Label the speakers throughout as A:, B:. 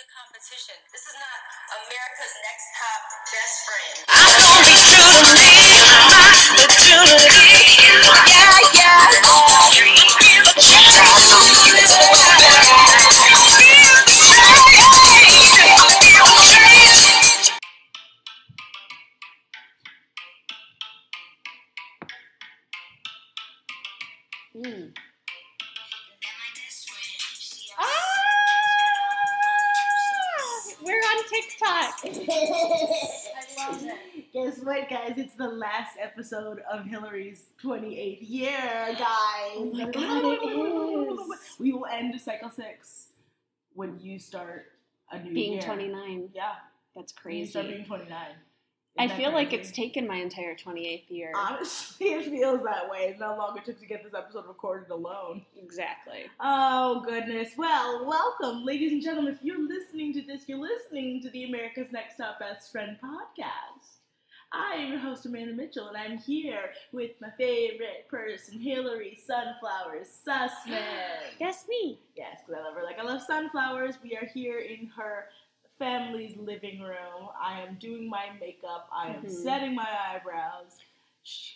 A: competition. This is not America's Next Top Best Friend.
B: I'm gonna be true to me, my opportunity. Yeah, yeah.
C: Mm. We're on TikTok.
D: Guess what, guys? It's the last episode of Hillary's 28th year, guys. Oh
C: my God, it is.
D: We will end Cycle 6 when you start a new
C: Being
D: year.
C: 29.
D: Yeah,
C: That's
D: when you start being
C: crazy.
D: 29. Isn't
C: I
D: that
C: feel like
D: crazy?
C: it's taken my entire 28th year.
D: Uh, Honestly, it feels that way. It no longer took to get this episode recorded alone.
C: Exactly.
D: Oh, goodness. Well, welcome, ladies and gentlemen. If you're listening to this, you're listening to the America's Next Top Best Friend podcast. I am your host, Amanda Mitchell, and I'm here with my favorite person, Hillary Sunflowers Sussman.
C: That's me.
D: Yes, because I love her like I love sunflowers. We are here in her family's living room. I am doing my makeup. I am
C: Mhm.
D: setting my eyebrows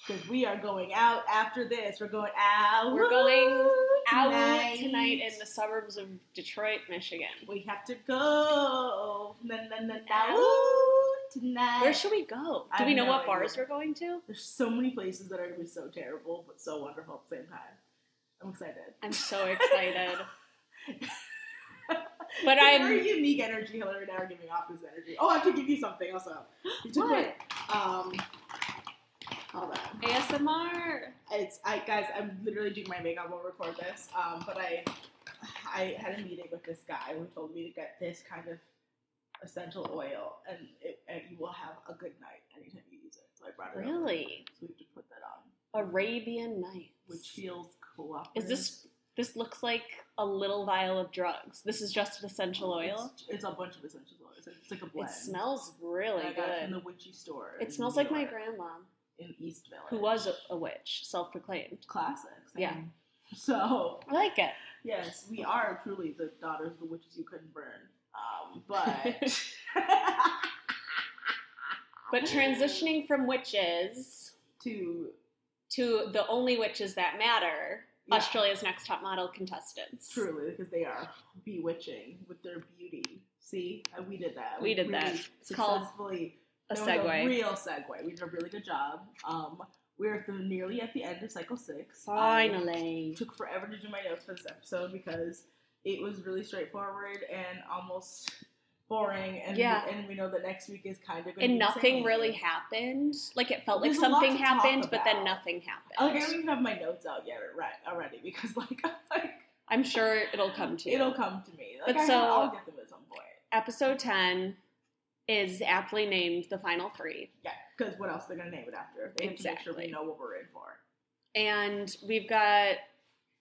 D: because we are going out after this. We're going out.
C: We're going Out tonight in the suburbs of Detroit, Michigan.
D: we have to go. Na, na, na, na,
C: Out.
D: ooh, tonight.
C: Where should we go? Do
D: I
C: we know
D: have
C: what
D: no
C: bars
D: idea.
C: we're going to?
D: There's so many places that are gonna be so terrible but so wonderful at the same time. I'm excited.
C: I'm so excited. But I'm
D: very unique energy Hillary and I are giving off this energy. Oh, I have to give you something also. You took
C: What?
D: Um, hold on.
C: ASMR.
D: It's I guys. I'm literally doing my makeup. We'll record this. Um, but I, I had a meeting with this guy who told me to get this kind of essential oil, and it, and you will have a good night anytime you use it. So I brought it. over.
C: Really?
D: So we have to put that on,
C: Arabian Nights.
D: which feels cooperative.
C: is this? This looks like a little vial of drugs. This is just an essential oil.
D: Oh, It's, it's a bunch of essential oils. It's like a blend.
C: It smells really
D: And I got it from
C: good.
D: the witchy store. in
C: It smells like my
D: York,
C: grandma,
D: in East Village.
C: who was a, a witch, self-proclaimed.
D: classics. I
C: Yeah.
D: mean. So
C: I like it.
D: yes, we are truly the daughters of the witches you couldn't burn. Um, but
C: But
D: Ah.
C: transitioning from witches
D: to
C: to the only witches that matter,
D: Yeah.
C: Australia's Next Top Model contestants.
D: truly because they are bewitching with their beauty. See, And we did that.
C: We did
D: really
C: that. It's called
D: successfully.
C: A
D: that was
C: segue.
D: real segue. We did a really good job. Um, we're at the, nearly at the end of cycle six. Um,
C: Finally.
D: It took forever to do my notes for this episode because it was really straightforward and almost boring. And
C: Yeah.
D: we, and we know that next week is kind of gonna be
C: And
D: the
C: nothing
D: same.
C: really happened. Like it felt like
D: There's a lot
C: something
D: to talk
C: happened, but then
D: about.
C: nothing
D: Like I
C: happened.
D: don't even have my notes out yet or- right, already because like I'm like
C: I'm sure it'll come to you.
D: it'll come to me. Like
C: But
D: I
C: so-
D: I'll get them at some point.
C: Episode 10 is aptly named The Final Three.
D: Yeah, because what else they're gonna name it after? They have to make sure
C: Exactly.
D: we know what we're in for.
C: And we've got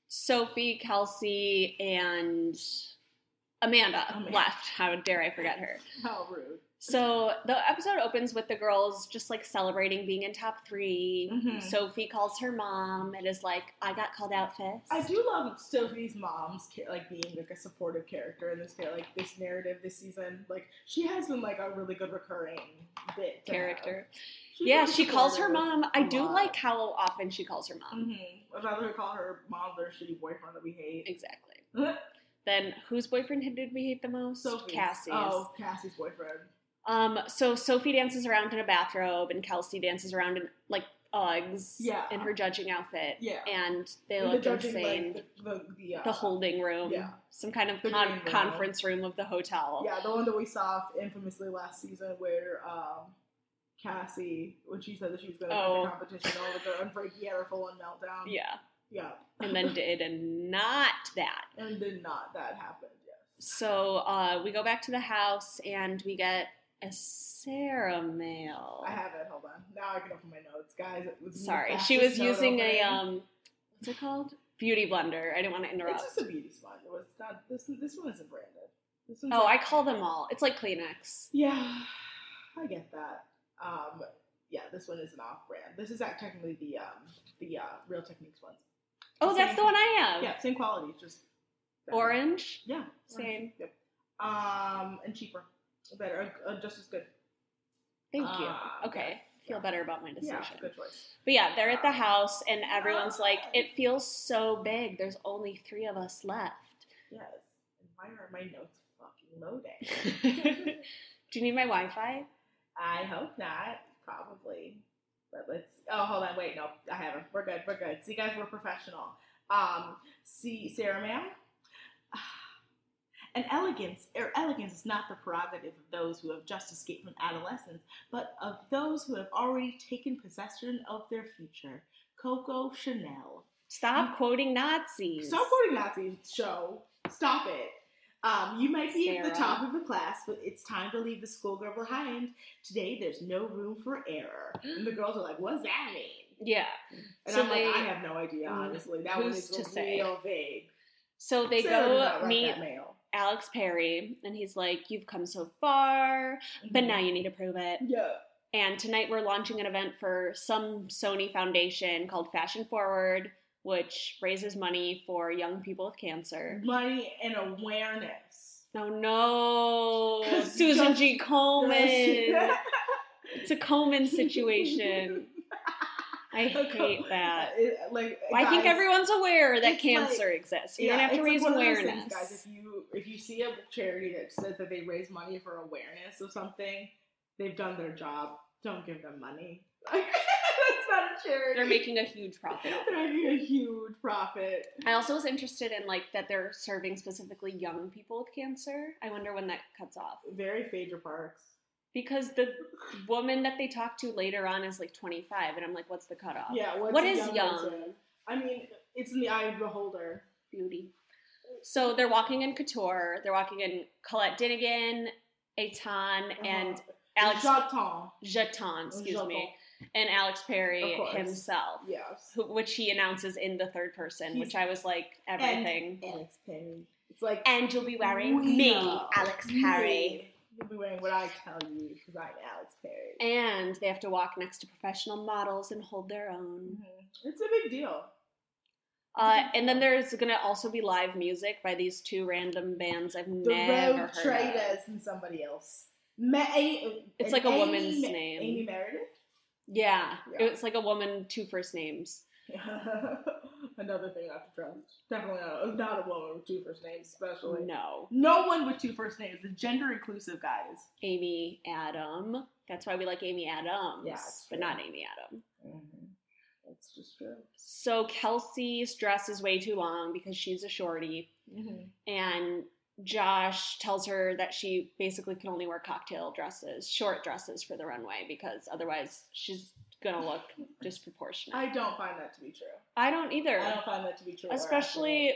C: Sophie, Kelsey, and Amanda,
D: Amanda.
C: left. How dare I forget her.
D: How rude.
C: So the episode opens with the girls just like celebrating being in top 3
D: Mhm.
C: Sophie calls her mom and is like, I got called out fist.
D: I do love Sophie's mom's ca- like being like a supportive character in this ca- like this narrative this season. Like she has been like a really good recurring bit to have.
C: Character. Yeah,
D: was
C: she calls her
D: supportive.
C: mom. I
D: a
C: do
D: lot.
C: like how often she calls her mom.
D: Mhm. I'd rather call her mom than her shitty boyfriend that we hate.
C: Exactly. Then whose boyfriend did we hate the most?
D: Sophie's.
C: Cassie's.
D: Oh, Cassie's boyfriend.
C: Um, so Sophie dances around in a bathrobe and Kelsey dances around in like Uggs
D: Yeah.
C: in her judging outfit.
D: Yeah.
C: And they
D: And
C: look
D: judging, like,
C: insane.
D: the, the, the, uh,
C: the holding room.
D: yeah.
C: Some kind of
D: The
C: con-
D: green room.
C: conference room of the hotel.
D: Yeah, the one that we saw infamously last season where um, Cassie, when she said that she was going to
C: Oh.
D: the competition all over and Frankie had her full on meltdown.
C: Yeah.
D: Yeah.
C: And then did and not that.
D: And then not that happened. Yes.
C: So uh, we go back to the house and we get a Sarah mail.
D: I have it. Hold on. Now I can open my notes, guys. It was the
C: Sorry, she was
D: fastest note
C: using a
D: opening.
C: um, what's it called? Beauty blender. I didn't want to interrupt.
D: It's just a beauty sponge. It was not. This this one isn't branded. This one's
C: oh, I
D: like-
C: call them all. It's like Kleenex.
D: Yeah, I get that. Um, yeah, this one is an off-brand. This is act- technically the um, the uh, Real Techniques one.
C: Oh, that's
D: Same.
C: the one I have.
D: Yeah, same quality, just better.
C: Orange.
D: Yeah,
C: Same.
D: Yep. um, and cheaper, better, uh, just as good.
C: Thank
D: Ah,
C: you. Okay. Feel better about my decision.
D: Yeah, it's a good Ah. choice.
C: But yeah, they're at the house, and everyone's like, it feels so big. There's only three of us left.
D: Yes. And why are my notes fucking loading?
C: Do you need my Wi Fi?
D: I hope not. Probably. But let's. Oh, hold on. Wait, no, I haven't. We're good. We're good. See, guys, we're professional. Um, see, Sarah, ma'am. An elegance, or elegance is not the prerogative of those who have just escaped from adolescence, but of those who have already taken possession of their future. Coco Chanel.
C: Stop quoting Nazis.
D: Mm. Stop quoting Nazi show. Stop it. Um, you might be at the
C: Sarah.
D: top of the class, but it's time to leave the schoolgirl behind. Today, there's no room for error. And the girls are like, "What does that mean?"
C: Yeah.
D: And
C: So
D: I'm
C: they- Mm,
D: like, "I have no idea, honestly. That one
C: Who's
D: is
C: to
D: real
C: say?
D: vague."
C: So they
D: Sarah did not
C: go
D: write
C: meet
D: that mail.
C: Alex Perry, and he's like, You've come so far,
D: Mm-hmm.
C: but now you need to prove it.
D: yeah,
C: And tonight we're launching an event for some Sony foundation called Fashion Forward, which raises money for young people with cancer.
D: money and awareness.
C: Oh no,
D: 'Cause
C: Susan
D: just-
C: G. Coleman. It's a Coleman situation. I hate that.
D: It- like,
C: I think
D: guys,
C: everyone's aware that
D: it's
C: cancer exists. You're
D: yeah,
C: gonna have to
D: it's like
C: raise
D: one of those
C: awareness.
D: things, guys. If you if you see a charity that says that they raise money for awareness of something, they've done their job. Don't give them money. That's not a charity.
C: They're making a huge profit. off it.
D: They're making a huge profit.
C: I also was interested in like that they're serving specifically young people with cancer. I wonder when that cuts off
D: Very Phaedra Parks.
C: because the woman that they talk to later on is like 25, and I'm like, what's the cutoff?
D: Yeah. What's
C: What
D: a
C: is
D: young?
C: young?
D: person? I mean, it's in the eye of the beholder.
C: beauty. So they're walking in couture. They're walking in Colette Dinigan, Etan, Uh-huh. and Alex
D: Jaton.
C: Jeton, excuse me, and Alex
D: Of
C: Perry
D: course.
C: himself,
D: Yes.
C: who, which he announces in the third person,
D: He's-
C: which I was like everything.
D: Alex Perry. It's like
C: And, you'll be wearing me,
D: Weena.
C: Alex
D: Me.
C: Perry.
D: You'll be wearing what I tell you because I'm Alex Perry.
C: And they have to walk next to professional models and hold their own.
D: Mhm. It's a big deal.
C: Uh, and then there's gonna also be live music by these two random bands I've
D: The
C: never
D: Road
C: heard of.
D: Traders and somebody else. Ma- A-
C: It's
D: an
C: like a
D: Amy
C: woman's
D: Ma-
C: name.
D: Amy Meredith.
C: Yeah,
D: Yeah.
C: it's like a woman, two first names.
D: Another thing not to trust. Definitely not, not a woman with two first names, especially.
C: No,
D: No one with two first names. The gender inclusive guys.
C: Amy Adam. That's why we like Amy Adams,
D: Yeah, it's
C: but
D: true.
C: not Amy Adam.
D: Mm-hmm. That's just true.
C: So Kelsey's dress is way too long because she's a shorty,
D: Mm-hmm.
C: and Josh tells her that she basically can only wear cocktail dresses, short dresses for the runway because otherwise she's gonna look disproportionate.
D: I don't find that to be true.
C: I don't either,
D: I don't find that to be true.
C: especially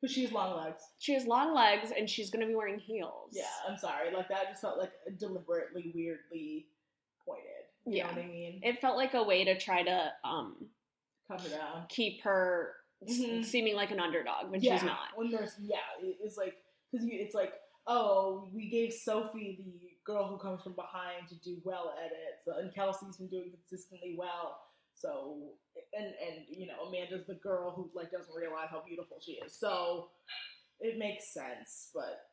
D: because she's long legs.
C: she has long legs and she's gonna be wearing heels.
D: Yeah, I'm sorry. Like that just felt like deliberately weirdly pointed. You
C: Yeah.
D: know what I mean?
C: it felt like a way to try to um
D: Cover down.
C: keep her s-
D: Mhm.
C: seeming like an underdog when she's not.
D: When there's yeah, it- it's like because you it's like oh we gave Sophie the girl who comes from behind to do well at it, so, and Kelsey's been doing consistently well. So and and you know Amanda's the girl who like doesn't realize how beautiful she is. So it makes sense, but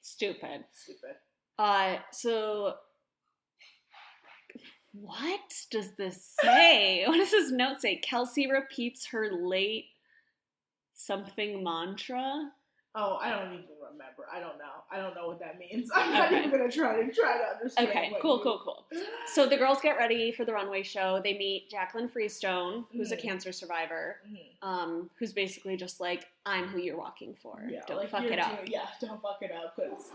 C: Stupid.
D: stupid.
C: Uh, so what does this say? what does this note say? Kelsey repeats her late something mantra.
D: Oh, I don't even remember. I don't know. I don't know what that means. I'm not
C: Okay.
D: even gonna try to try to understand.
C: Okay,
D: what
C: cool,
D: you-
C: cool, cool. So the girls get ready for the runway show. They meet Jacqueline Freestone, who's a
D: Mhm.
C: cancer survivor,
D: Mhm.
C: um, who's basically just like, I'm who you're walking for.
D: Yeah,
C: Don't
D: like,
C: fuck
D: you're
C: it up.
D: doing- yeah, don't fuck it up because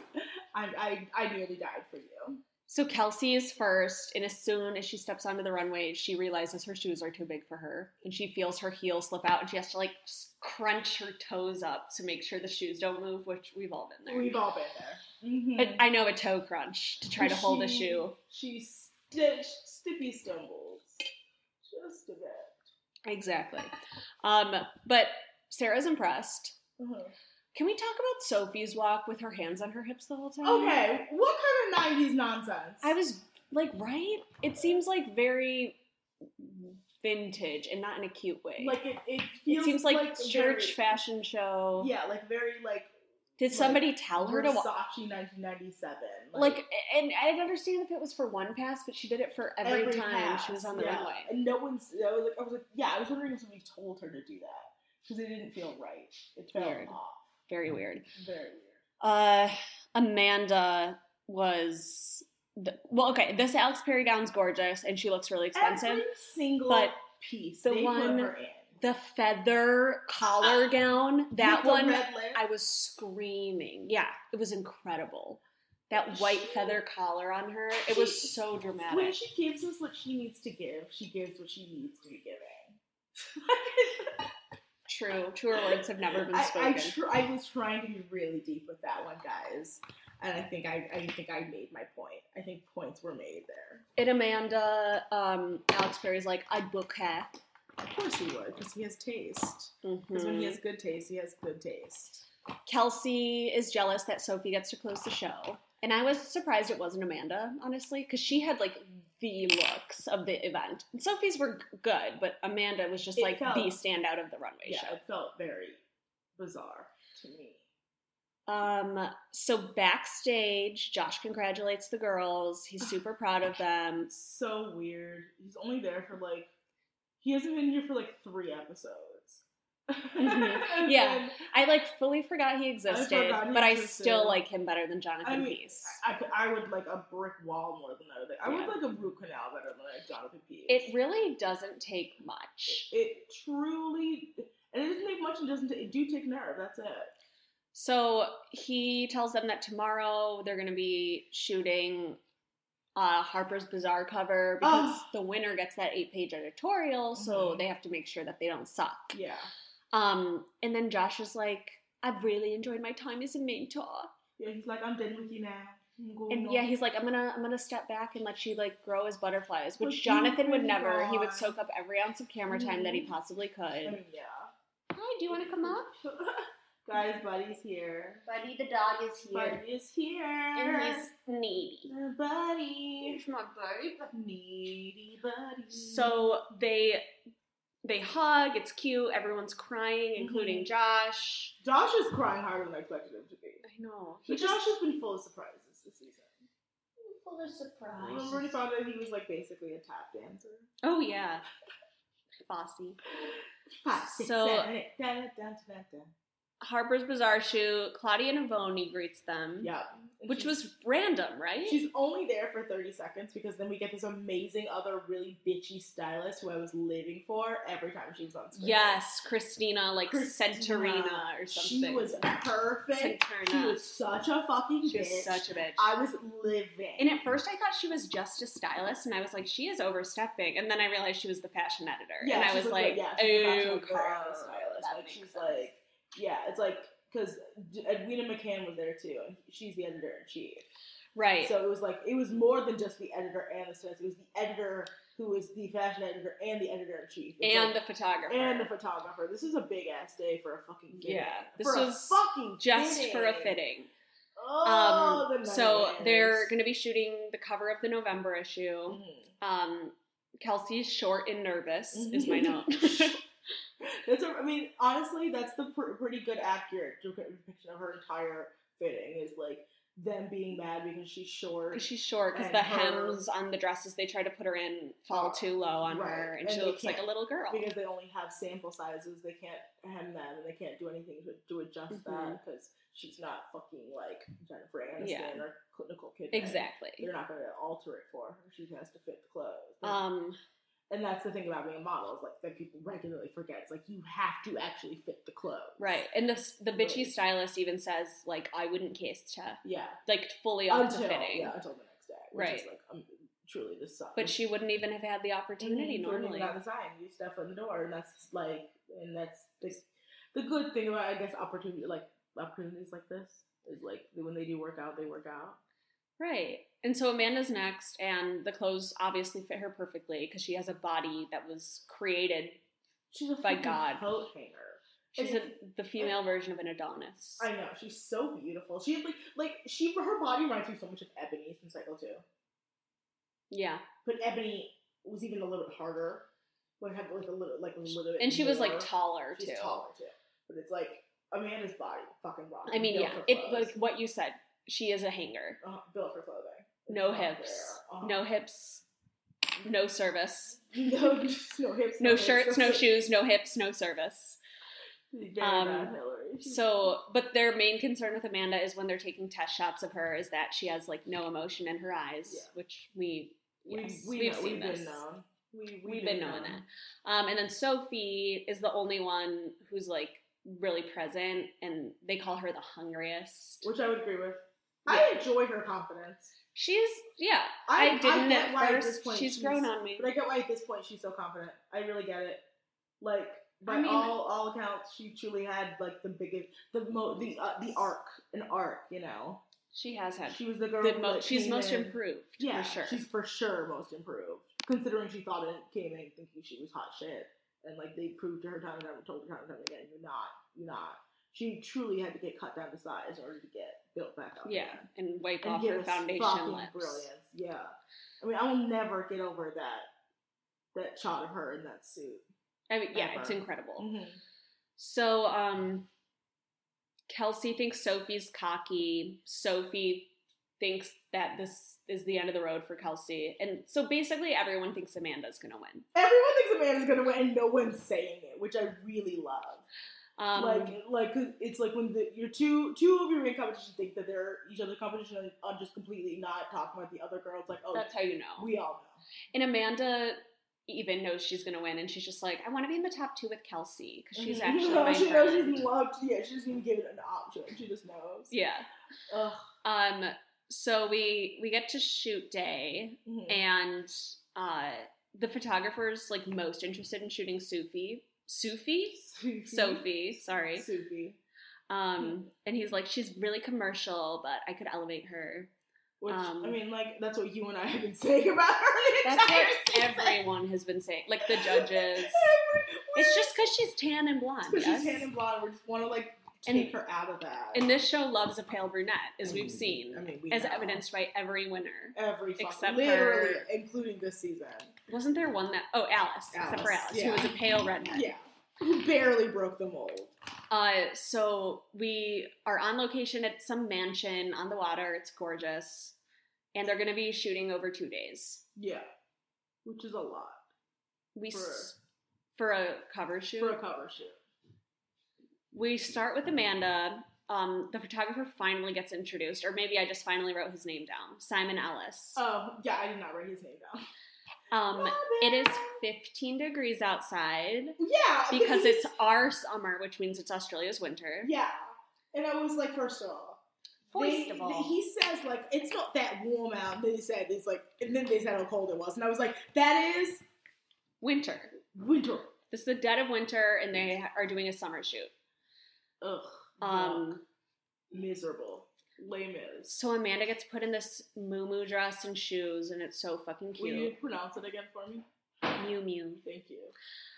D: I, I I nearly died for you.
C: So Kelsey is first, and as soon as she steps onto the runway, she realizes her shoes are too big for her, and she feels her heel slip out, and she has to like s- crunch her toes up to make sure the shoes don't move, which we've all been there.
D: We've all been there. Mm-hmm.
C: But I know a toe crunch to try to hold a shoe.
D: She stitched, stippy stumbles. Just a bit.
C: Exactly. Um, but Sarah's impressed.
D: Uh-huh.
C: Can we talk about Sophie's walk with her hands on her hips the whole time?
D: Okay, what kind of 90s nonsense?
C: I was like, right? It seems like very vintage and not in a cute way.
D: like, it, it feels
C: it seems like, church
D: very-
C: fashion show.
D: Yeah, like very, like,
C: Did somebody tell her to walk?
D: Versace 1997.
C: Like, and I didn't understand if it was for one pass, but she did it for every, time she was
D: pass,
C: on the
D: yeah.
C: runway.
D: And no one's. I was like, I was like, yeah. I was wondering if somebody told her to do that because it didn't feel right. It felt
C: Weird.
D: off.
C: Very weird.
D: Very weird.
C: Uh, Amanda was the, well. Okay, this Alex Perry gown's gorgeous, and she looks really expensive.
D: Every single
C: but
D: piece.
C: the
D: they
C: one
D: put her in.
C: the feather collar
D: Ah,
C: gown, that
D: With the
C: one,
D: red lip.
C: I was screaming. Yeah, it was incredible. That white
D: She-
C: feather collar on her, it was so
D: When
C: dramatic.
D: she gives us what she needs to give, she gives what she needs to be giving.
C: True, truer words have never been
D: I, I,
C: spoken.
D: tr- I was trying to be really deep with that one, guys, and I think I, I think I made my point. I think points were made there.
C: and Amanda, um, Alex Perry's like, I'd book her.
D: Of course he would, because he has taste. Because when
C: Mhm.
D: he has good taste, he has good taste.
C: Kelsey is jealous that Sophie gets to close the show. And I was surprised it wasn't Amanda, honestly, because she had like the looks of the event. And Sophie's were g- good, but Amanda was just
D: It
C: like
D: felt-
C: the standout of the runway
D: Yeah,
C: show.
D: it felt very bizarre to me.
C: Um, so backstage, Josh congratulates the girls.
D: Oh
C: He's super proud of them.
D: It's so weird. He's only there for like he hasn't been here for like three episodes. And
C: Mm-hmm. Yeah.
D: then-
C: I like fully forgot he existed,
D: forgot he
C: but I
D: existed.
C: still like him better than Jonathan
D: I mean,
C: Peace.
D: I, could- I would like a brick wall more than another. thing. I
C: Yeah.
D: would like a root canal better than like Jonathan Pease.
C: It really doesn't take much.
D: it truly and it doesn't take much. It doesn't. It do take nerve. That's it.
C: So he tells them that tomorrow they're going to be shooting a Harper's Bazaar
D: Ah.
C: cover because
D: Ugh.
C: the winner gets that eight page editorial, so
D: Mhm.
C: they have to make sure that they don't suck.
D: Yeah.
C: Um, and then Josh is like, I've really enjoyed my time as a mentor.
D: Yeah. He's like, I'm done with you now. I'm going
C: And
D: on.
C: yeah, he's like, I'm gonna I'm gonna step back and let you like grow as butterflies,
D: But
C: which
D: you
C: Jonathan would
D: really
C: never. He would
D: are.
C: soak up every ounce of camera time that he
D: Mhm.
C: possibly
D: I
C: could.
D: mean, yeah.
C: Hi, do you wanna come up?
D: Guys, Buddy's here.
C: Buddy the dog is
D: Buddy is here.
C: And he's needy.
D: Uh, Buddy.
C: my buddy.
D: Needy buddy.
C: So they they hug. It's cute. Everyone's crying, including Josh.
D: Josh is crying harder than I expected him to be.
C: Mm-hmm. I know.
D: But Josh has been full of surprises this season.
A: Full of
D: Remember when he found out he was like basically a tap dancer?
C: Oh yeah, bossy.
D: Five, six,
C: So- Mm-hmm.
D: seven, eight, dun, dun, dun, dun, dun.
C: Harper's Bazaar shoot. Claudia Navoni greets them.
D: Yeah. And
C: Which
D: she's-
C: was random, right?
D: She's only there for 30 seconds because then we get this amazing other really bitchy stylist who I was living for every time she was on screen.
C: yes, Christina, like
D: Christina.
C: Centurina or something.
D: She was perfect. She
C: Centurina.
D: was such a fucking
C: She was
D: bitch.
C: such a bitch.
D: I was living.
C: and at first, I thought she was just a stylist, and I was like, she is overstepping. And then I realized she was the fashion editor, and I
D: she's
C: was like,
D: yeah, she's a
C: oh,
D: fashion girl
C: crap,
D: stylist.
C: that
D: Like
C: makes
D: she's
C: sense.
D: like, yeah, it's like because Edwina McCann was there too, and she's the editor in chief.
C: right.
D: So it was like it was more than just the editor and the stylist. It was the editor who was the fashion editor and the editor in chief, It's
C: and
D: like-
C: the photographer.
D: and the photographer. This is a big ass day for a fucking fitting.
C: Yeah, this
D: for a
C: was
D: fucking
C: just
D: fitting.
C: for a fitting.
D: Oh,
C: um,
D: the
C: so
D: nightmares.
C: they're going to be shooting the cover of the November issue.
D: Mhm.
C: Um, Kelsey's short and nervous is my note.
D: That's a, I mean, honestly, that's the pr- pretty good accurate depiction of her entire fitting is like them being mad because she's short.
C: 'Cause she's short because
D: And
C: the
D: her-
C: hems on the dresses they try to put her in fall too low on her,
D: Right,
C: and,
D: and
C: she
D: they
C: looks like a
D: can't-
C: little girl.
D: because they only have sample sizes, they can't hem them and they can't do anything to, to adjust
C: Mm-hmm.
D: that because she's not fucking like Jennifer Aniston
C: Yeah.
D: or Nicole Kidman.
C: Exactly.
D: They're not going to alter it for her. She has to fit the clothes.
C: Um,
D: and that's the thing about being a model is like that people regularly forget. It's like you have to actually fit the clothes.
C: right, and the the bitchy
D: Right.
C: stylist even says like, "I wouldn't kiss her,"
D: Yeah.
C: like fully off
D: until
C: the fitting.
D: yeah, until the next day, which is
C: Right.
D: like um, truly just sucks.
C: But she wouldn't even have had the opportunity normally.
D: got Mm-hmm. the sign, you step on the door, and that's like, and that's the, the good thing about I guess opportunity like opportunities like this is like when they do work out, they work out.
C: Right. And so Amanda's next, and the clothes obviously fit her perfectly because she has a body that was created.
D: She's a
C: By
D: fucking
C: God.
D: coat hanger.
C: She's a,
D: And-
C: the female version of an Adonis.
D: I know she's so beautiful. She had like like she her body reminds me so much of Ebony from Cycle Two,
C: yeah.
D: but Ebony was even a little bit harder. Would have like a little like a little bit
C: And she was like
D: more-
C: taller
D: She's
C: too.
D: taller too. But it's like Amanda's body fucking rocked.
C: I mean,
D: built
C: yeah,
D: for
C: it
D: clothes.
C: like what you said. She is a hanger.
D: uh, built for clothing.
C: No
D: It's not
C: hips.
D: there. Uh-huh.
C: No hips. No service.
D: no, just no hips.
C: No
D: hips,
C: shirts. No shoes. No hips. No service.
D: Very
C: Um,
D: bad, Hillary.
C: So, but their main concern with Amanda is when they're taking test shots of her is that she has like no emotion in her eyes,
D: Yeah.
C: which we
D: we,
C: yes,
D: we,
C: we've
D: know-
C: seen
D: we've
C: this.
D: Been known. We, we
C: We've been knowing that. Um, and then Sophie is the only one who's like really present, and they call her the hungriest.
D: which I would agree with. I enjoy her confidence.
C: She's yeah.
D: I,
C: I, didn't
D: get why
C: at
D: At this
C: first.
D: point
C: she's, grown on me.
D: But I get why at this point she's so confident. I really get it. Like by
C: mean-
D: all all accounts, she truly had like the biggest, the mo, the uh, the arc, an arc. You know,
C: She has had
D: she was the girl.
C: the
D: who,
C: mo-
D: like,
C: She's
D: came
C: most
D: in-
C: improved
D: Yeah,
C: for sure.
D: she's for sure most improved, considering she thought it came in thinking she was hot shit, and like they proved to her time and time, and told her time and time again, you're not, you're not. She truly had to get cut down to size in order to get built back up.
C: yeah,
D: again
C: and wipe
D: and
C: off
D: give
C: her
D: us
C: foundation
D: fucking
C: lips.
D: Brilliance. Yeah. I mean, I will never get over that that shot of her in that suit. Mm-hmm.
C: I mean, yeah, it's
D: Ever.
C: incredible. So, um, Kelsey thinks Sophie's cocky. Sophie thinks that this is the end of the road for Kelsey. And so basically, everyone thinks Amanda's going to win.
D: Everyone thinks a man is gonna win, and no one's saying it, which I really love.
C: Um,
D: like, like 'cause it's like when the, your two two of your main competition think that they're each other's competition and are just completely not talking about the other girls. Like, oh,
C: that's how you know.
D: we all
C: and Amanda even knows she's going to win. And she's just like, I want to be in the top two with Kelsey because
D: know.
C: she's
D: Mhm.
C: actually my
D: she knows
C: friend.
D: she's loved. Yeah, she doesn't even give it an option. She just knows.
C: yeah.
D: Ugh.
C: Um, so we we get to shoot day
D: Mhm.
C: and uh, the photographer's like most interested in shooting Sophie. Sophie?
D: Sophie.
C: Sophie, sorry.
D: Mm-hmm. Sophie.
C: Um, and he's like, she's really commercial, but I could elevate her.
D: Which
C: Um,
D: I mean, like that's what you and I have been saying about her. The
C: That's
D: entire
C: what everyone has been saying. Like the judges, it's just because she's tan and blonde.
D: because
C: yes?
D: she's tan and blonde. We just want to like
C: And-
D: take her out of that.
C: And this show loves a pale brunette, as
D: Mhm.
C: we've seen,
D: I mean, we
C: as
D: know.
C: evidenced by every winner.
D: every fucking,
C: except
D: literally,
C: for-
D: including this season.
C: Wasn't there one that? Oh, Alice, except for
D: Alice,
C: Alice,
D: yeah.
C: who was a pale redhead.
D: Yeah, who barely broke the mold.
C: Uh, so we are on location at some mansion on the water. It's gorgeous, and they're going to be shooting over two days.
D: Yeah, which is a lot
C: We
D: For-
C: for, for a cover shoot
D: for a cover shoot.
C: We start with Amanda. Um, the photographer finally gets introduced, or maybe I just finally wrote his name down Simon Ellis.
D: Oh yeah, I did not write his name down.
C: Um,
D: Robin!
C: it is 15 degrees outside
D: yeah
C: because
D: he's-
C: it's our summer, which means it's Australia's winter.
D: yeah, and I was like, first of all.
C: First
D: they-
C: of all.
D: he says like it's not that warm out. And then he said it's like, and then they said how cold it was, and I was like, that is
C: Winter.
D: winter.
C: This is the dead of winter, and they are doing a summer shoot.
D: Ugh.
C: Um,
D: miserable. Lame is.
C: So Amanda gets put in this moo dress and shoes, and it's so fucking
D: Will you
C: cute.
D: pronounce it again for me?
C: Mew Mew.
D: Thank you.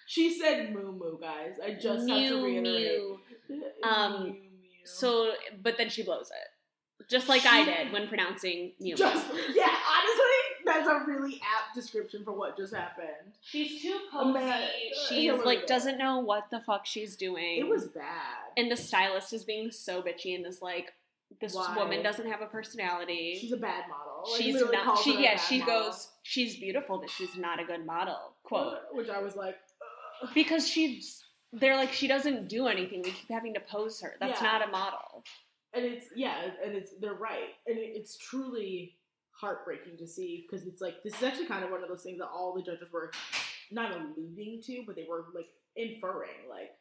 D: She said moo moo, guys. I just have to
C: Mew
D: reiterate.
C: Mew.
D: Mew,
C: Um,
D: mew.
C: So, but then she blows it. Just like I did when pronouncing Mew. Mew.
D: just yeah, honestly, that's a really apt description for what just happened.
A: She's too
D: Oh,
A: cozy.
D: man.
C: She's
D: Hillary
C: like
D: did.
C: doesn't know what the fuck she's doing.
D: It was bad.
C: and the stylist is being so bitchy and is like, this
D: Why?
C: woman doesn't have a personality.
D: She's a bad model. Like,
C: She's
D: literally
C: not.
D: calls her
C: She
D: a
C: yeah.
D: bad
C: She
D: model.
C: goes. She's beautiful, but she's not a good model. Quote
D: Which I was like, ugh.
C: because she's. They're like she doesn't do anything. We keep having to pose her. That's
D: Yeah.
C: not a model.
D: and it's yeah, and it's they're right, and it, it's truly heartbreaking to see because it's like this is actually kind of one of those things that all the judges were not alluding to, but they were like inferring, like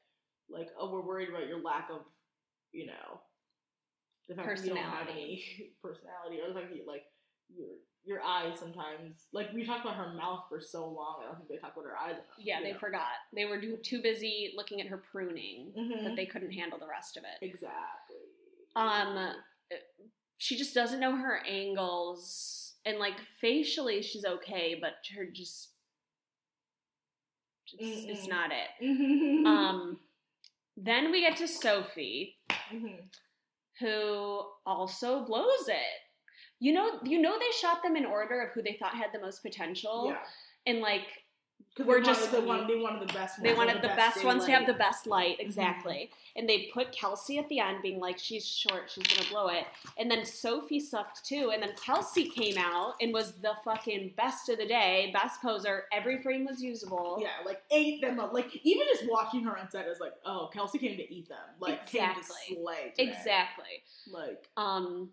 D: like oh, we're worried about your lack of, you know, the fact that you don't have any personality, or the fact that you, like your your eyes sometimes like we talked about her mouth for so long, I don't think they talked about her eyes. Enough,
C: Yeah,
D: you
C: they
D: know?
C: forgot. They were do- too busy looking at her pruning
D: Mhm.
C: that they couldn't handle the rest of it.
D: exactly.
C: Um, she just doesn't know her angles and like facially she's okay but her just it's, it's
D: Mm-mm.
C: not it
D: Mhm.
C: um then we get to sophie
D: Mhm.
C: who also blows it you know you know they shot them in order of who they thought had the most potential
D: yeah.
C: and like We're
D: they
C: just-
D: wanted, they wanted, they wanted the best.
C: They
D: ones,
C: wanted
D: or
C: the best ones to have the
D: daylight.
C: best light,
D: Mm-hmm.
C: exactly. And they put Kelsey at the end, being like, she's short, she's gonna blow it. And then Sophie sucked too. And then Kelsey came out and was the fucking best of the day, best poser. Every frame was usable.
D: Yeah, like ate them up. Like even just watching her on set is like, oh, Kelsey came to eat them. Like
C: Exactly.
D: came to slay. today.
C: Exactly.
D: Like
C: Um,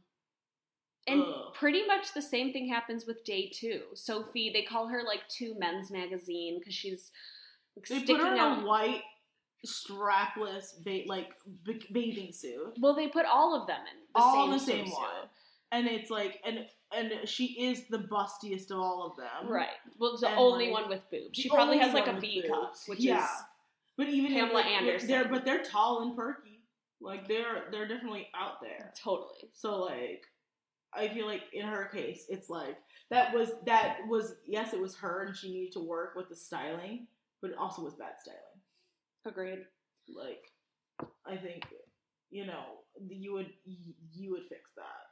C: and
D: Ugh.
C: pretty much the same thing happens with day two. Sophie, they call her like two men's magazine because she's like,
D: they
C: sticking
D: put her in
C: out.
D: a white strapless ba- like b- bathing suit.
C: well, they put all of them in the
D: all the
C: same
D: same
C: swimsuit.
D: one. And it's like, and and she is the bustiest of all of them,
C: Right. Well, it's the
D: And,
C: only
D: like,
C: one with boobs.
D: the
C: She probably
D: only
C: has like a
D: one with
C: B
D: boobs.
C: cup, which
D: Yeah.
C: is
D: But even if,
C: Pamela
D: like,
C: Anderson.
D: they're but they're tall and perky. Like they're they're definitely out there.
C: totally.
D: So like, I feel like in her case, it's like that was that was yes, it was her, and she needed to work with the styling, but it also was bad styling.
C: Agreed.
D: Like, I think you know you would you would fix that.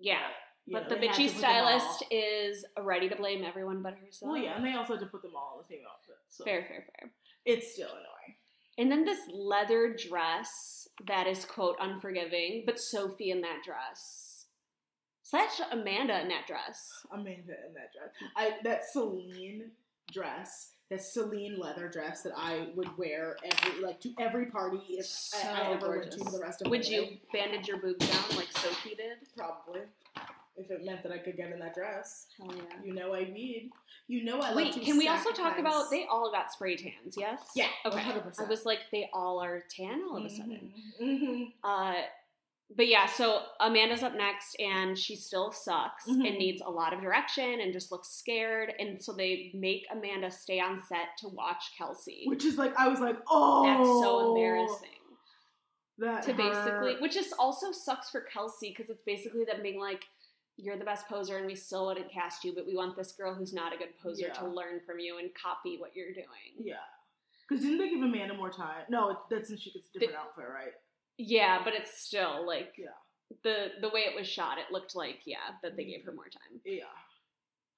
C: Yeah.
D: You
C: But
D: know,
C: the
D: they had to
C: bitchy
D: put them all-
C: stylist is ready to blame everyone but herself.
D: Well, yeah, and they also had to put them all in the same outfit. So
C: Fair, fair, fair.
D: It's still annoying.
C: And then this leather dress that is quote unforgiving, but Sophie in that dress. Slash Amanda in that dress.
D: Amanda in that dress. I that Celine dress, that Celine leather dress that I would wear every like to every party if I- I,
C: So
D: ever went to
C: gorgeous.
D: for the rest of
C: Would
D: my
C: you
D: life.
C: bandage your boobs down like Sophie did?
D: Probably. If it meant that I could get in that dress.
C: Hell yeah.
D: You know I need. You know I like
C: Wait,
D: to
C: can we also talk
D: sacrifice-
C: about they all got spray tans, yes?
D: Yeah,
C: Okay.
D: 100%.
C: I was like, they all are tan all of a sudden.
D: Mhm.
C: Uh, but yeah, so Amanda's up next, and she still sucks
D: Mhm.
C: and needs a lot of direction and just looks scared. And so they make Amanda stay on set to watch Kelsey.
D: Which is like I was like, oh
C: That's so embarrassing.
D: That
C: To
D: hurt.
C: basically, which just also sucks for Kelsey because it's basically them being like, "You're the best poser, and we still wouldn't cast you, but we want this girl who's not a good poser
D: Yeah.
C: to learn from you and copy what you're doing."
D: Yeah. Because didn't they give Amanda more time? No, it- that's since she gets a
C: They-
D: different outfit, right?
C: Yeah, but it's still like
D: Yeah.
C: the the way it was shot. It looked like yeah that
D: Mm-hmm.
C: they gave her more time.
D: Yeah.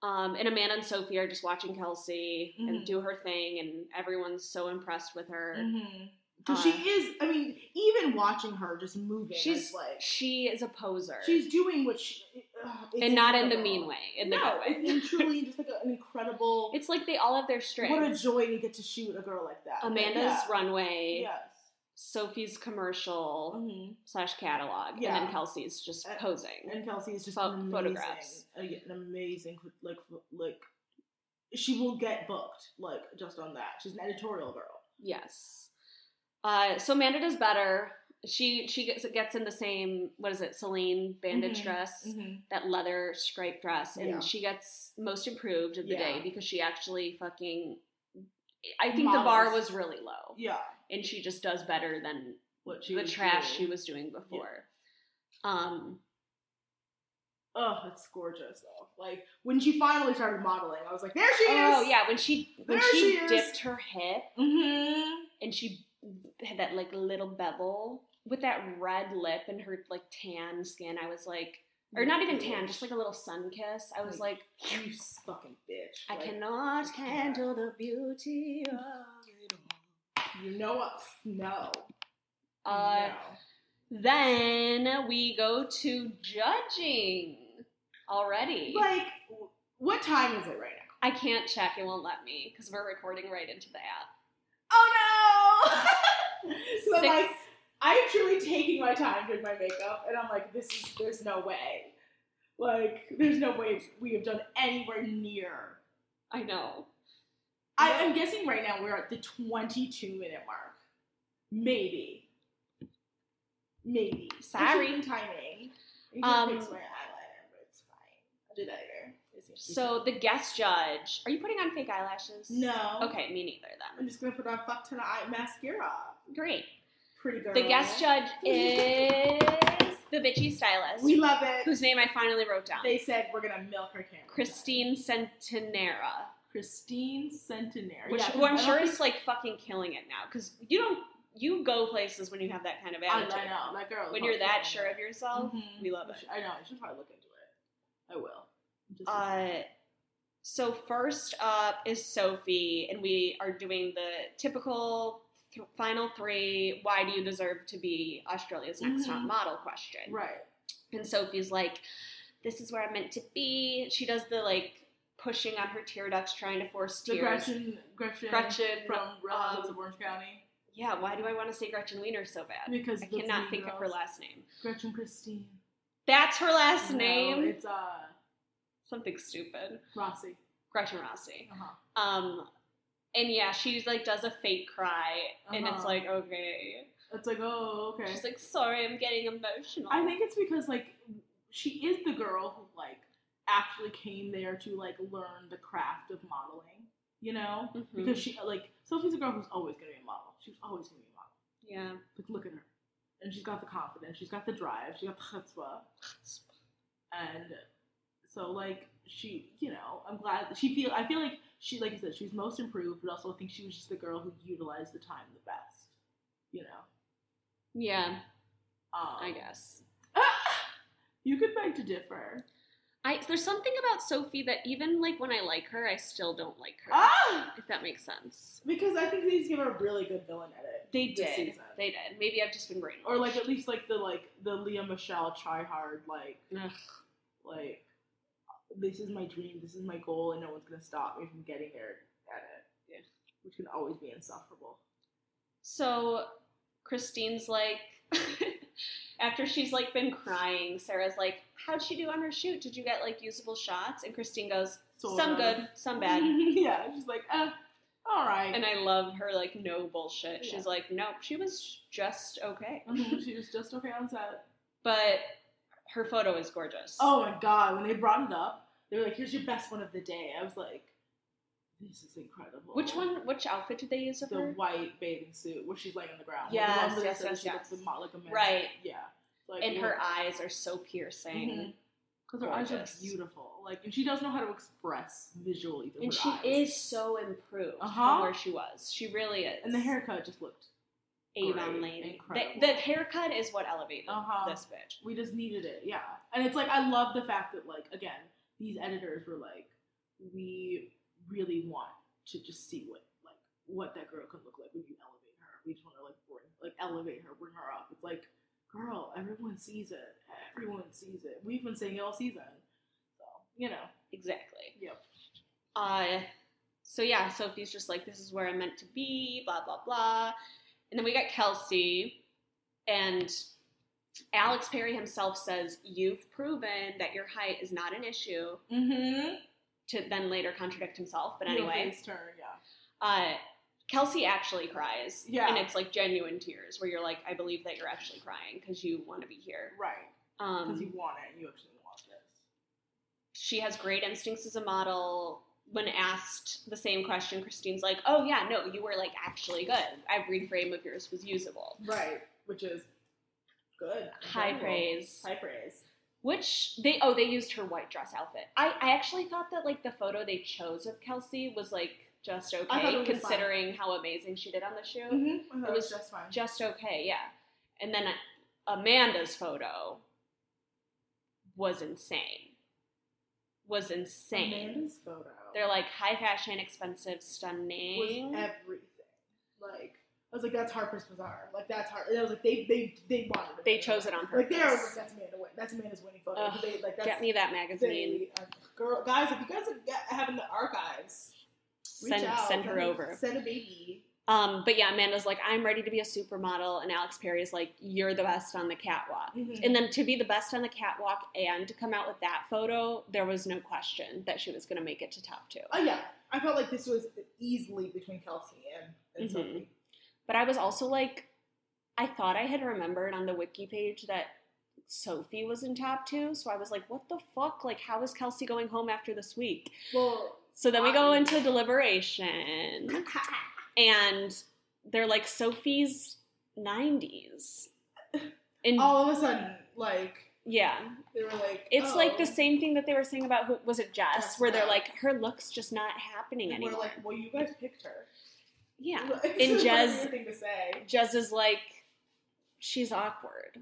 C: Um, and Amanda and Sophie are just watching Kelsey
D: Mhm.
C: and do her thing, and everyone's so impressed with her.
D: Because
C: Uh,
D: Mm-hmm. she is, I mean, even watching her just moving, she's
C: She's
D: like
C: she is a poser,
D: she's doing what she, ugh, it's
C: and not in the
D: incredible.
C: mean way, in the
D: no,
C: good
D: it's
C: way.
D: in truly just like an incredible.
C: It's like they all have their
D: what a
C: strengths.
D: joy to get to shoot a girl like that.
C: Amanda's
D: yeah.
C: runway,
D: Yes.
C: Sophie's commercial
D: Mhm.
C: slash catalog,
D: Yeah.
C: and then Kelsey's just
D: And-
C: posing.
D: And Kelsey is just
C: Pho-
D: an amazing,
C: photographs.
D: uh, yeah, an amazing like like she will get booked like just on that. She's an editorial girl.
C: yes. Uh, so Amanda does better. She she gets gets in the same what is it Celine bandage
D: Mhm.
C: dress. that leather striped dress and
D: Yeah.
C: she gets most improved of the
D: Yeah.
C: day because she actually fucking I think the
D: Models.
C: bar was really low
D: Yeah,
C: and she just does better than
D: what she
C: the
D: was
C: trash
D: doing.
C: she was doing before. Um
D: Oh, it's gorgeous though. Like when she finally started modeling, I was like, there she is.
C: oh yeah, when she when
D: There
C: she,
D: she is.
C: dipped her hip
D: Mm-hmm.
C: and she had that like little bevel with that red lip and her like tan skin, I was like or not even tan, just like a little sun kiss. I was like,
D: you fucking bitch.
C: I
D: Like,
C: cannot
D: yeah.
C: handle the beauty of it all.
D: You know what? No.
C: Uh, Then we go to judging already.
D: no. Like, what time is it right now?
C: I can't check, it won't let me because we're recording right into the app.
D: Oh no! so I'm
C: Six-
D: like, I'm truly taking my time doing my makeup, and I'm like, this is there's no way. Like, there's no way we have done anywhere near.
C: I know.
D: I, I'm guessing right now we're at the 22 minute mark, maybe, maybe. I should
C: Sorry.
D: be timing. I should
C: Um,
D: fix my eyeliner, but it's fine. I'll do that later. It's- it's
C: So
D: fine.
C: the guest judge. Are you putting on fake eyelashes?
D: no.
C: Okay, me neither then.
D: I'm just gonna put on a fuck ton of eye mascara.
C: Great.
D: Pretty girl.
C: The guest judge is the bitchy stylist,
D: We love it.
C: whose name I finally wrote down.
D: They said we're gonna milk her camera.
C: Christine Centenera,
D: Christine Centenary.
C: which
D: Yeah,
C: who I'm
D: I don't
C: sure
D: think-
C: is like fucking killing it now because you don't you go places when you have that kind of
D: I, I
C: attitude.
D: know that girl. is
C: when you're
D: fucking
C: that sure
D: killing it.
C: of yourself,
D: Mhm.
C: we love
D: I
C: it.
D: should- I know. I should probably look into it. I will. Just-
C: Uh, So first up is Sophie, and we are doing the typical th- final three. Why do you deserve to be Australia's next top
D: Mhm.
C: model question?
D: Right.
C: And Sophie's like, "This is where I'm meant to be." She does the like pushing on her tear ducts, trying to force
D: So
C: tears.
D: Gretchen, Gretchen,
C: Gretchen,
D: from Real Housewives
C: um,
D: of Orange County.
C: Yeah, why do I want to say Gretchen Wiener so bad?
D: Because
C: I
D: the
C: cannot
D: Mean
C: think of her
D: Girls.
C: last name.
D: Gretchen Christine.
C: That's her last
D: No,
C: name.
D: It's uh
C: Something stupid.
D: Rossi.
C: Gretchen Rossi.
D: Uh huh.
C: Um, and yeah, she like does a fake cry, and it's
D: Uh-huh.
C: like okay.
D: It's like oh okay.
C: She's like, sorry, I'm getting emotional.
D: I think it's because like she is the girl who like actually came there to like learn the craft of modeling. You know,
C: Mhm.
D: because she like Sophie's a girl who's always gonna be a model. She was always gonna be a model.
C: yeah,
D: Like, look at her. And she's got the confidence. She's got the drive. She got the chutzpah. And so, like, she, you know, I'm glad she feel. I feel like she, like I said, she was most improved, but also I think she was just the girl who utilized the time the best. You know,
C: yeah,
D: um,
C: I guess.
D: you could beg to differ.
C: I there's something about Sophie that even like when I like her, I still don't like her.
D: Ah,
C: If that makes sense.
D: because I think they just give her a really good villain edit.
C: They
D: this
C: did.
D: season.
C: They did. Maybe I've just been brainwashed.
D: or like at least like the like the Leah Michelle try hard like
C: Ugh.
D: like this is my dream, this is my goal, and no one's gonna stop me from getting there at it.
C: Yeah.
D: Which can always be insufferable.
C: So Christine's like, after she's like been crying, Sarah's like, "How'd she do on her shoot? Did you get like usable shots?" And Christine goes,
D: Sort
C: "Some
D: of.
C: good, some bad."
D: yeah. She's like, uh, all right.
C: And I love her like no bullshit.
D: Yeah.
C: She's like, "Nope, she was just okay."
D: Mhm, she was just okay on set.
C: But her photo is gorgeous.
D: Oh my god, when they brought it up, they were like, here's your best one of the day. I was like, this is incredible.
C: which one? Which outfit did they use of
D: The
C: her?
D: white bathing suit where she's laying on the ground. The
C: Yes,
D: one where they
C: yes,
D: said
C: yes,
D: she
C: yes.
D: looks like a man.
C: Right.
D: Yeah. Like,
C: And
D: look-
C: her eyes are so piercing.
D: Mhm. Because her eyes
C: Gorgeous.
D: are beautiful. Like, and she does know how to express visually through
C: And
D: her
C: she
D: eyes.
C: is so improved
D: Uh-huh.
C: from where she was. She really is.
D: And the haircut just looked.
C: Avon
D: great,
C: lady.
D: incredible.
C: The, the haircut is what elevated
D: Uh-huh.
C: this bitch.
D: We just needed it, yeah. And it's like I love the fact that like again, these editors were like, we really want to just see what like what that girl could look like when you elevate her. We just want to like bring like elevate her, bring her up. It's like, girl, everyone sees it. Everyone sees it. We've been saying it all season. So you know,
C: Exactly.
D: Yep.
C: Uh, so yeah, Sophie's just like, this is where I'm meant to be, blah, blah, blah. And then we got Kelsey, and Alex Perry himself says, You've proven that your height is not an issue.
D: mm-hmm.
C: To then later contradict himself, but anyway,
D: face turn, yeah.
C: uh, Kelsey actually cries,
D: Yeah.
C: and it's like genuine tears where you're like, I believe that you're actually crying because you want to be here.
D: Right. Because you
C: Um,
D: want it and you actually want this.
C: she has great instincts as a model. When asked the same question, Christine's like, "Oh yeah, no, you were like actually good. Every frame of yours was usable."
D: Right. Which is good.
C: High
D: Incredible.
C: praise.
D: High praise.
C: Which they oh they used her white dress outfit. I I actually thought that like the photo they chose of Kelsey was like just
D: thought it
C: okay
D: was fine.
C: considering how amazing she did on the shoot.
D: Mm-hmm.
C: It was
D: just fine.
C: Just okay, yeah. And then Amanda's photo was insane. Was insane.
D: Amanda's photo.
C: They're like high fashion, expensive,
D: was
C: stunning.
D: everything. Like I was like, that's Harper's Bazaar. Like that's Har. And I was like, they they they wanted. Amanda.
C: They chose it on
D: Like
C: purpose.
D: they are like, that's Amanda. Win. That's Amanda's winning photo.
C: Ugh,
D: they, like that's
C: Get me that
D: they
C: magazine.
D: are- girl, guys. If you guys are get- having the archives, reach
C: Send-
D: out,
C: send her
D: a-
C: over.
D: Send a baby.
C: Um, but yeah, Amanda's like, I'm ready to be a supermodel, and Alex Perry is like, You're the best on the catwalk.
D: Mhm.
C: And then to be the best on the catwalk and to come out with that photo, there was no question that she was going to make it to top two.
D: Oh yeah, I felt like this was easily between Kelsey and, and
C: Mhm.
D: Sophie.
C: But I was also like, I thought I had remembered on the wiki page that Sophie was in top two, so I was like, What the fuck? Like, how is Kelsey going home after this week?
D: Well,
C: So then we go
D: Wow.
C: into deliberation, and they're like Sophie's nineties, and
D: all of a sudden, like
C: yeah,
D: they were like,
C: it's like the
D: oh.
C: same thing that they were saying about who was it Jess,
D: Jess,
C: where they're
D: yeah.
C: like her looks just not happening
D: And we're
C: anymore.
D: like, well, you guys picked her.
C: yeah,
D: Like,
C: In
D: it's a
C: Jazz-
D: weird thing to say.
C: Jez is like she's awkward.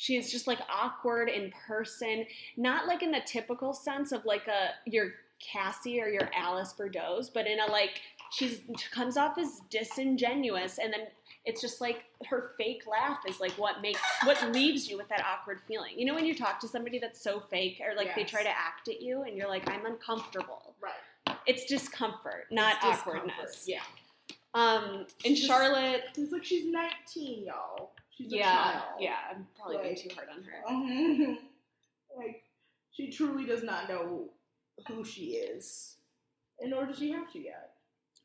C: She's just like awkward in person, not like in the typical sense of like a your Cassie or your Alice Bordeaux, but in a like she's she comes off as disingenuous, and then it's just like her fake laugh is like what makes what leaves you with that awkward feeling. You know when you talk to somebody that's so fake, or like they
D: Yes.
C: try to act at you, and you're like, I'm uncomfortable.
D: Right.
C: It's discomfort, not
D: It's discomfort.
C: awkwardness.
D: Yeah.
C: Um, and
D: She's just-
C: Charlotte,
D: It's like she's 19, y'all. She's a
C: yeah,
D: child.
C: yeah, I'm probably being
D: Like-
C: too hard on her.
D: Mhm. like, she truly does not know who she is. And nor does she have to yet.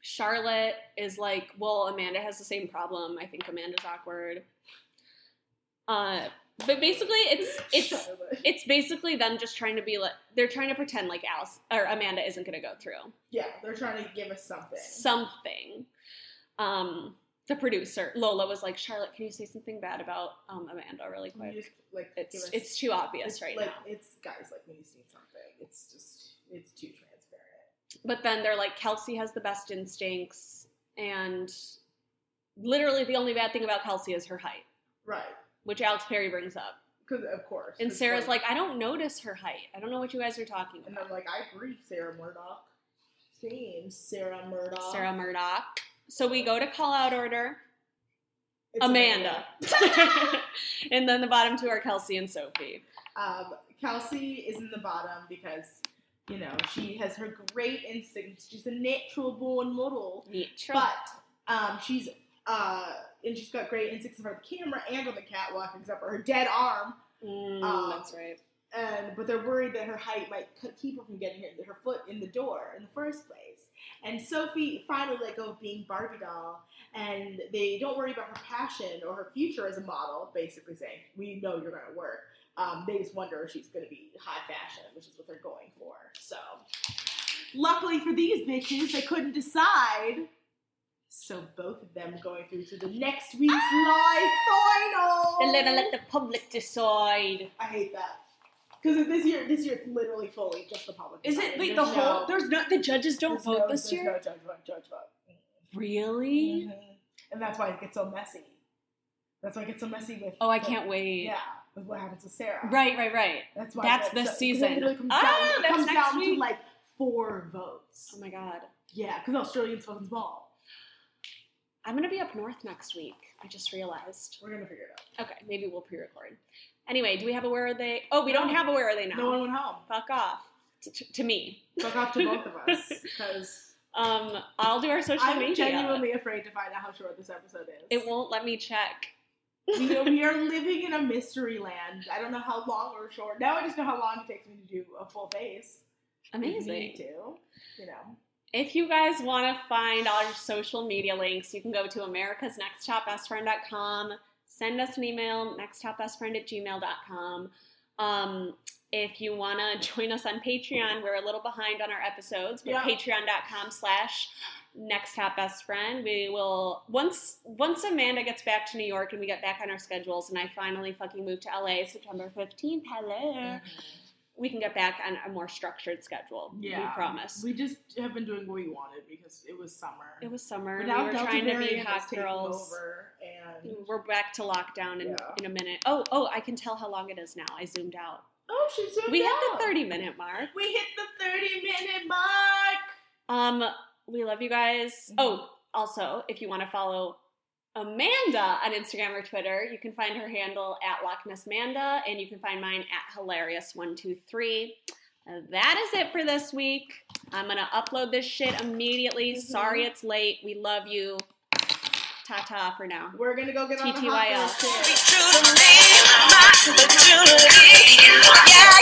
C: Charlotte is like, well, Amanda has the same problem. I think Amanda's awkward. Uh, but basically, it's it's
D: Charlotte.
C: it's basically them just trying to be like they're trying to pretend like Alice or Amanda isn't going to go through
D: Yeah, they're trying to give us something.
C: something. Um, the producer Lola was like, Charlotte, can you say something bad about um, Amanda really
D: You
C: quick?
D: just, like, give
C: It's
D: us-
C: it's too obvious
D: it's
C: right
D: like,
C: now.
D: It's guys like when you see something, it's just it's too transparent.
C: but then they're like Kelsey has the best instincts, and literally the only bad thing about Kelsey is her height,
D: Right.
C: which Alex Perry brings up.
D: Because of course.
C: And
D: 'cause,
C: Sarah's like, I don't notice her height. I don't know what you guys are talking
D: and
C: about.
D: I'm like, I agree, Sarah Murdoch. Same, Sarah Murdoch.
C: Sarah Murdoch. So we go to call out order,
D: It's
C: Amanda. and then the bottom two are Kelsey and Sophie.
D: Um, Kelsey is in the bottom because, you know, she has her great instincts. She's a natural born model. But um, she's uh, and she's got great instincts for the camera and on the catwalk, except for her dead arm.
C: Mm,
D: um,
C: that's right.
D: And but they're worried that her height might c- keep her from getting her, her foot in the door in the first place. And Sophie finally let go of being Barbie doll, and they don't worry about her passion or her future as a model. Basically saying, "We know you're going to work." Um, they just wonder if she's going to be high fashion, which is what they're going for. So,
E: Luckily for these bitches, they couldn't decide.
D: so both of them going through to the next week's live
C: And
D: final.
C: then I let the public decide.
D: I hate that. Because this year, this year it's literally fully just the public.
C: Is
D: vote.
C: it wait the
D: There's
C: whole
D: no-
C: there's no the judges don't
D: there's
C: vote
D: no-
C: this
D: there's
C: year?
D: No judge vote, judge vote.
C: Really?
D: Mhm. And that's why it gets so messy. That's why it gets so messy with.
C: Oh, I
D: the-
C: can't wait.
D: Yeah, with what happens with Sarah.
C: Right, right, right.
D: That's why.
C: That's
D: it
C: this
D: gets so, 'cause
C: season.
D: It literally comes
C: Ah,
D: down, it
C: that's
D: comes
C: next
D: down
C: week.
D: to like four
C: Oh
D: votes.
C: my god.
D: Yeah, because Australians fucking small.
C: I'm gonna be up north next week. I just realized.
D: We're gonna figure it out.
C: Okay, maybe we'll pre-record. Anyway, do we have a where are they? Oh, we don't have a where are they now.
D: No one went home.
C: Fuck off T- t- to me.
D: Fuck off to both of us because
C: Um, I'll do our social
D: I'm
C: media.
D: genuinely afraid to find out how short this episode is.
C: it won't let me check.
D: we, know- we are living in a mystery land. I don't know how long or short. Now I just know how long it takes me to do a full face. If you need
C: Amazing.
D: to, you know.
C: If you guys want to find all our social media links, you can go to America's Next Top Best Friend.com. Send us an email, nexttopbestfriend at gmail.com. Um, if you want to join us on Patreon, we're a little behind on our episodes, but
D: Yeah.
C: patreon.com slash next top best friend. We will, once once Amanda gets back to New York and we get back on our schedules, and I finally fucking move to LA September 15th, hello, we can get back on a more structured schedule. We
D: Yeah.
C: promise.
D: We just have been doing what we wanted because it was summer.
C: It was summer.
D: But
C: and
D: now
C: we were
D: Delta
C: trying to be
D: variant is
C: hot
D: taking
C: girls.
D: Over and
C: We're back to lockdown in,
D: Yeah.
C: in a minute. Oh, oh, I can tell how long it is now. I zoomed out.
D: oh, she's so
C: we hit
D: down.
C: the 30 minute mark.
D: We hit the thirty minute mark.
C: Um, we love you guys.
D: Mhm.
C: Oh, also, if you want to follow Amanda on Instagram or Twitter, you can find her handle at Loch Ness Manda, and you can find mine at Hilarious123. Uh, That is it for this week. I'm gonna upload this shit
D: Mm-hmm.
C: immediately. Sorry it's late. We love you. Ta ta for now.
D: We're gonna go get on the
C: TTYL.
D: hot girl shit.
B: Be true to me, my, the true to me. Yeah,